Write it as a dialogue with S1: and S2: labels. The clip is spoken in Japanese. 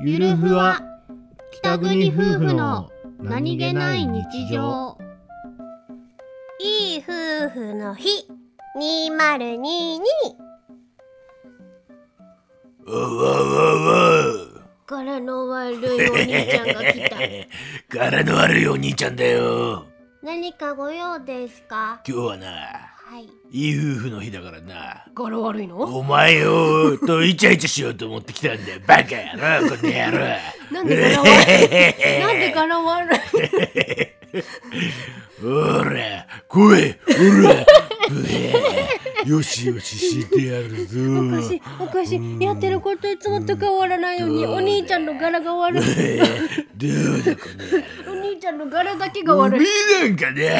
S1: ゆるふわ北国夫婦の
S2: いい夫婦の日2022
S3: わわわわ
S2: 柄の悪いお兄ちゃんが 来た
S3: 柄の悪いお兄ちゃんだよ
S2: 何かご用ですか
S3: 今日はな
S2: はい
S3: いい夫婦の日だからな
S4: 柄悪いの
S3: お前をとイチャイチャしようと思ってきたんだよバカ野郎この野郎
S4: なんで柄悪 いなんで柄悪い
S3: おら来いおらブヘよしよししてやるぞ
S4: おかしいおかしいやってることいつもと変わらないように
S3: うん
S4: お兄ちゃんの柄が悪い
S3: ブヘどうだこの野郎
S4: お兄ちゃんの柄だけが
S3: お
S4: 悪
S3: め
S4: い
S3: えなんかね